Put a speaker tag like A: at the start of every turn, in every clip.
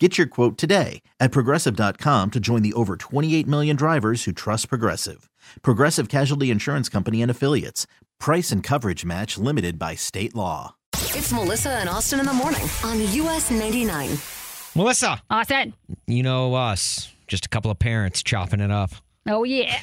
A: Get your quote today at progressive.com to join the over 28 million drivers who trust Progressive. Progressive Casualty Insurance Company and Affiliates. Price and coverage match limited by state law.
B: It's Melissa and Austin in the morning on US 99.
C: Melissa,
D: Austin.
C: you know us, just a couple of parents chopping it up.
D: Oh yeah,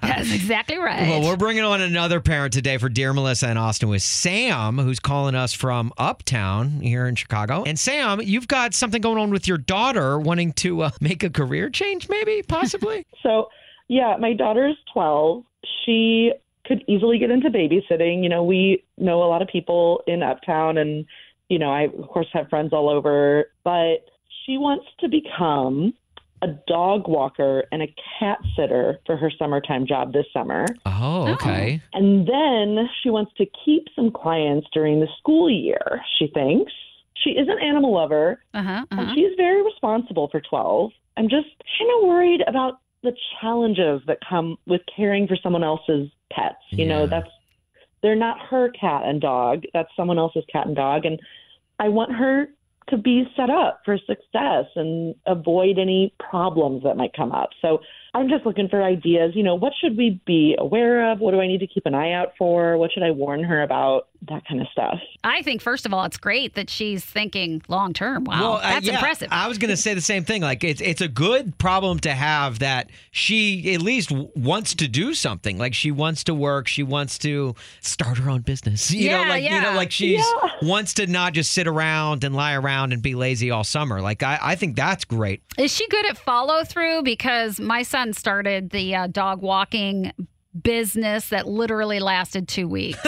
D: that's exactly right.
C: Well, we're bringing on another parent today for Dear Melissa and Austin with Sam, who's calling us from Uptown here in Chicago. And Sam, you've got something going on with your daughter wanting to uh, make a career change, maybe, possibly?
E: So, yeah, my daughter's 12. She could easily get into babysitting. You know, we know a lot of people in Uptown, and, you know, I, of course, have friends all over, but she wants to become a dog walker and a cat sitter for her summertime job this summer.
C: oh, okay.
E: And then she wants to keep some clients during the school year, she thinks. She is an animal lover,
D: uh-huh,
E: and
D: uh-huh.
E: she's very responsible for 12. I'm just kind of worried about the challenges that come with caring for someone else's pets. You
C: Yeah.
E: know, that's they're not her cat and dog, that's someone else's cat and dog and I want her to be set up for success and avoid any problems that might come up. So I'm just looking for ideas. You know, what should we be aware of? What do I need to keep an eye out for? What should I warn her about? That kind of stuff.
D: I think first of all, it's great that she's thinking long term. Wow,
C: Well, uh,
D: that's
C: yeah,
D: impressive.
C: I was going to say the same thing. Like, it's it's a good problem to have that she at least w- wants to do something. Like, she wants to work. She wants to start her own business. You know,
D: Yeah,
C: like you know,
D: yeah.
C: like she's wants to not just sit around and lie around and be lazy all summer. Like, I, I think that's great.
D: Is she good at follow through? Because my son started the uh, dog walking business that literally lasted two weeks.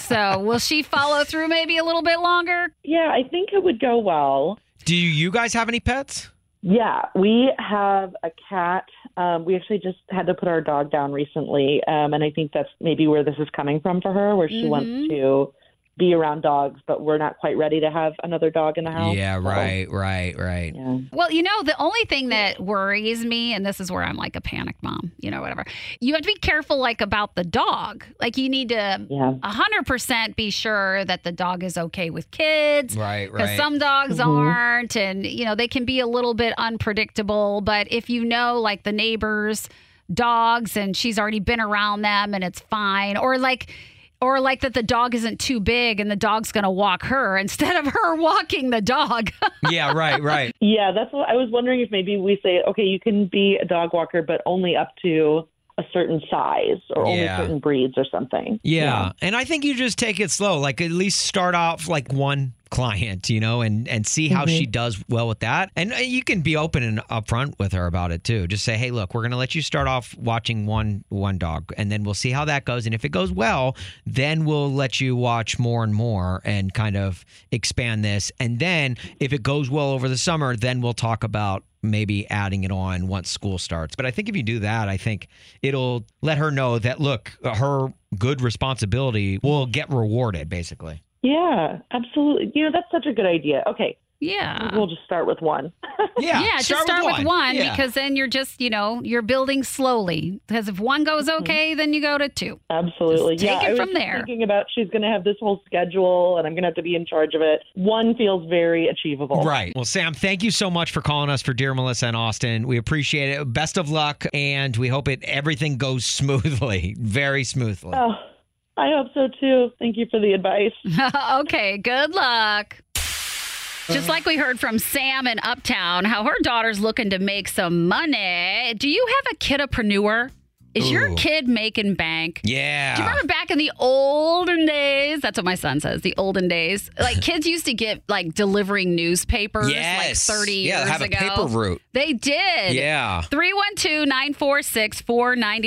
D: so will she follow through maybe a little bit longer?
E: Yeah, I think it would go well.
C: Do you guys have any pets?
E: Yeah, we have a cat. Um, we actually just had to put our dog down recently, um, and I think that's maybe where this is coming from for her, where she
C: Mm-hmm.
D: Mhm.
E: wants to be around dogs, but we're not quite ready to have another dog in the house.
C: Yeah,
E: So,
C: right, right, right.
E: yeah.
D: Well, you know, the only thing that worries me, and this is where I'm like a panic mom, you know, whatever. You have to be careful, like about the dog. Like you need to
E: Yeah.
D: 100% be sure that the dog is okay with kids
C: Right,
D: because
C: right.
D: some dogs
E: Mhm.
D: aren't and you know they can be a little bit unpredictable but if you know like the neighbors dogs and she's already been around them and it's fine or like or like that the dog isn't too big and the dog's going to walk her instead of her walking the dog
C: yeah, right, right.
E: Yeah, that's what I was wondering if maybe we say, okay, you can be a dog walker, but only up to a certain size or only
C: Yeah.
E: certain breeds or something.
C: Yeah. And I think you just take it slow. Like at least start off like one client, you know, and and see how she does well with that. And uh, you can be open and upfront with her about it too. Just say, "Hey, look, we're going to let you start off watching one one dog and then we'll see how that goes and if it goes well, then we'll let you watch more and more and kind of expand this. And then if it goes well over the summer, then we'll talk about maybe adding it on once school starts. But I think if you do that, I think it'll let her know that look, her good responsibility will get rewarded basically.
E: Yeah, absolutely. You know, that's such a good idea. Okay,
C: Ah.
D: yeah
E: we'll just start with one.
C: Yeah.
D: yeah, just start with one, because then you're just, you know, you're building slowly. Because if one goes okay, then you go to two.
E: Absolutely.
D: Just take
E: yeah,
D: it
E: I was
D: from
E: just
D: there.
E: thinking about she's going to have this whole schedule and I'm going to have to be in charge of it. One feels very achievable.
C: Right. Well, Sam, thank you so much for calling us for Dear Melissa and Austin. We appreciate it. Best of luck and we hope it everything goes smoothly, very smoothly.
E: Oh, I hope so too. Thank you for the advice.
D: okay, good luck. Just like we heard from Sam in Uptown, how her daughter's looking to make some money. Do you have a kidapreneur? Is
C: Ooh.
D: your kid making bank?
C: Yeah.
D: Do you remember back in the olden days? That's what my son says. The olden days, like kids used to get like delivering newspapers
C: Yes.
D: like thirty
C: Yeah,
D: years
C: have a
D: ago.
C: paper route.
D: They did.
C: Yeah.
D: 312 946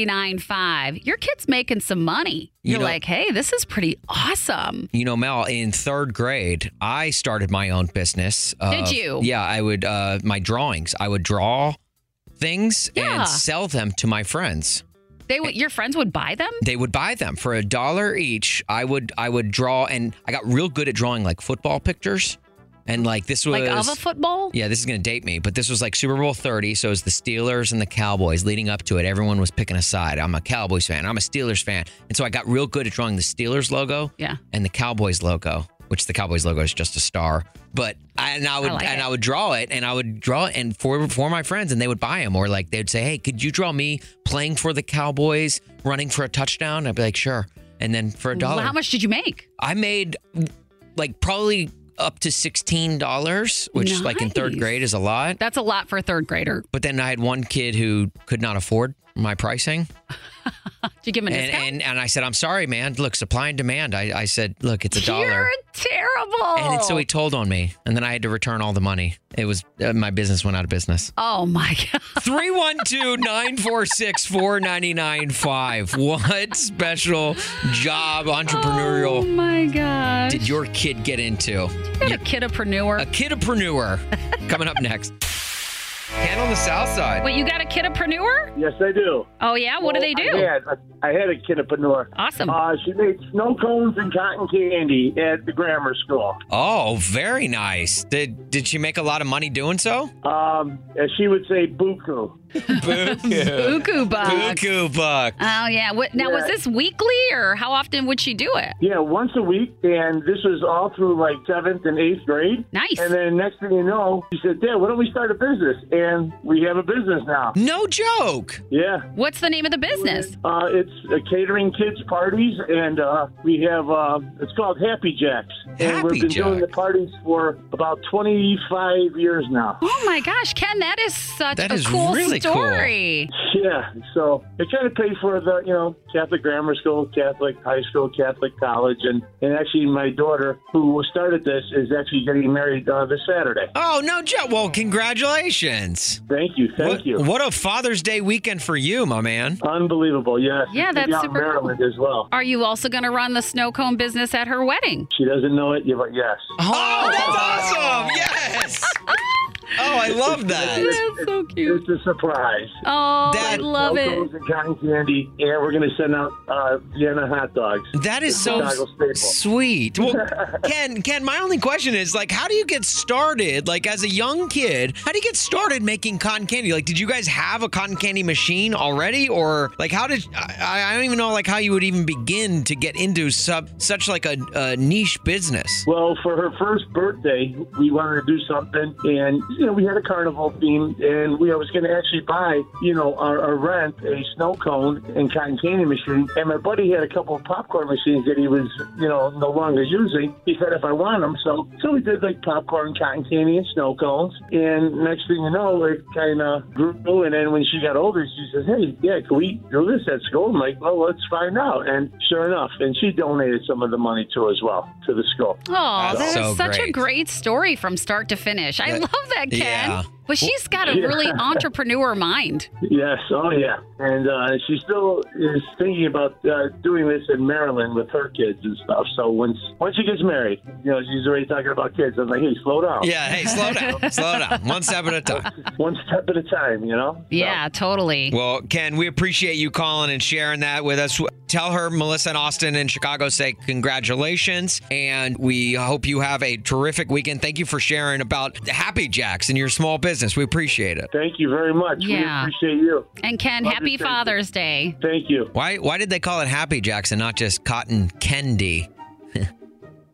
D: 4995. Your kid's making some money.
C: You
D: You're
C: know-
D: like, hey, this is pretty awesome.
C: You know, Mel, in third grade, I started my own business. Of,
D: Did you?
C: Yeah, I would, uh, my drawings, I would draw things
D: Yeah.
C: and sell them to my friends.
D: They would your friends would buy them?
C: they would buy them for a dollar each. I would I would draw and I got real good at drawing like football pictures. And like this was
D: Like of a football?
C: Yeah, this is going to date me, but this was like Super Bowl 30. So it was the Steelers and the Cowboys leading up to it. Everyone was picking a side. I'm a Cowboys fan. I'm a Steelers fan. And so I got real good at drawing the Steelers logo
D: Yeah.
C: and the Cowboys logo, which the Cowboys logo is just a star. But I, and I would
D: like
C: and
D: it.
C: I would draw it and I would draw it and for for my friends and they would buy them or like they'd say, "Hey, could you draw me playing for the Cowboys, running for a touchdown?" I'd be like, "Sure." And then for a dollar,
D: How much did you make?
C: I made like probably up to sixteen dollars, which like in third
D: Nice.
C: grade is a lot.
D: That's a lot for a third grader.
C: But then I had one kid who could not afford my pricing.
D: Did you give him a
C: And,
D: discount?
C: and and I said, I'm sorry, man. Look, supply and demand. I, I said, look, it's a dollar.
D: You're terrible.
C: And so e- he told on me, and then I had to return all the money. It was uh, my business went out of business.
D: Oh my god.
C: 312 946 4995. What special job
D: Oh
C: entrepreneurial
D: my god.
C: did your kid get into?
D: you got a kidapreneur?
C: A kidpreneur. Coming up next. Ken on the South Side.
D: Wait, you got a kidapreneur?
F: Yes, they do.
D: Oh yeah, what do they
F: I
D: do?
F: had, I had a kidpreneur.
D: Awesome.
F: Uh, she made snow cones and cotton candy at the grammar school.
C: Oh, very nice. Did did she make a lot of money doing so?
F: Um, as she would say, buku.
C: Buku.
D: Buku bucks.
C: Buku buck.
D: Oh yeah. What, now was
F: Yeah.
D: this weekly or how often would she do it?
F: Yeah, once a week, and this was all through like seventh and eighth grade.
D: Nice.
F: And then next thing you know, she said, "Dad, why don't we start a business?" And we have a business now.
D: Hmm.
C: No joke.
F: Yeah,
D: What's the name of the business?
F: uh, it's uh, catering kids parties, and uh, we have uh, it's called Happy Jacks, and
C: Happy
F: we've been
C: Jack.
F: doing the parties for about twenty five years now.
D: Oh my gosh, Ken, that is such
C: That
D: a
C: is
D: cool
C: really cool.
D: story.
F: Yeah, so it kind of paid for the, you know, Catholic grammar school, Catholic high school, Catholic college, and, and actually my daughter, who started this, is actually getting married uh, this Saturday.
C: Oh, no joke. Well, congratulations.
F: Thank you, thank
C: what,
F: you.
C: What a Father's Day weekend for you, my man.
F: Unbelievable, yes.
D: Yeah,
F: It's gonna be
D: that's
F: out in
D: super
F: Maryland as well.
D: Are you also going to run the snow cone business at her wedding?
F: She doesn't know it, yeah, but yes.
C: Oh, that's awesome. Yes. Oh, I love that.
D: That's so cute.
F: It's a surprise.
D: Oh, I
C: That-
D: love it.
F: Locos and cotton candy, and we're going to send out uh, Vienna hot dogs.
C: That is so
F: Chicago staple.
C: sweet. Well, Ken, Ken, my only question is like, how do you get started? Like, as a young kid, how do you get started making cotton candy? Like, did you guys have a cotton candy machine already, or like, how did I, I don't even know like how you would even begin to get into sub such like a, a niche business?
F: Well, for her first birthday, we wanted to do something, and you know, we had a carnival theme, and we I was going to actually buy, you know, or, or rent a snow cone and cotton candy machine. And my buddy had a couple of popcorn machines that he was, you know, no longer using. He said if I want them, so so we did like popcorn, cotton candy, and snow cones. And next thing you know, it kind of grew. And then when she got older, she says, "Hey, yeah, can we do this at school?" I'm like, "Well, let's find out." And sure enough, and she donated some of the money too as well to the school.
D: Oh,
C: That's
D: that is
C: so
D: such a
C: great.
D: great story from start to finish. I
C: That-
D: love that, Ken.
C: Yeah.
D: But she's got a really entrepreneur mind.
F: Yes, oh yeah, and uh, she still is thinking about uh, doing this in Maryland with her kids and stuff. So once once she gets married, you know, she's already talking about kids. I'm like, hey, slow down,
C: Yeah. Hey, slow down, slow down, one step at a time.
F: one step at a time, you know.
D: Yeah, totally.
C: Well, Ken, we appreciate you calling and sharing that with us. Tell her Melissa and Austin in Chicago say congratulations, and we hope you have a terrific weekend. Thank you for sharing about Happy Jacks and your small business. We appreciate it.
F: Thank you very much.
D: Yeah.
F: We appreciate you.
D: and Ken,
F: Love
D: happy
F: you, thank you.
D: Father's Day.
F: Thank you.
C: Why why did they call it Happy Jacks and not just Cotton Candy?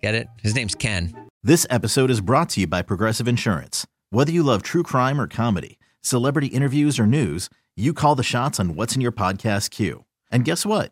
C: Get it? His name's Ken.
A: This episode is brought to you by Progressive Insurance. Whether you love true crime or comedy, celebrity interviews or news, you call the shots on what's in your podcast queue. And guess what?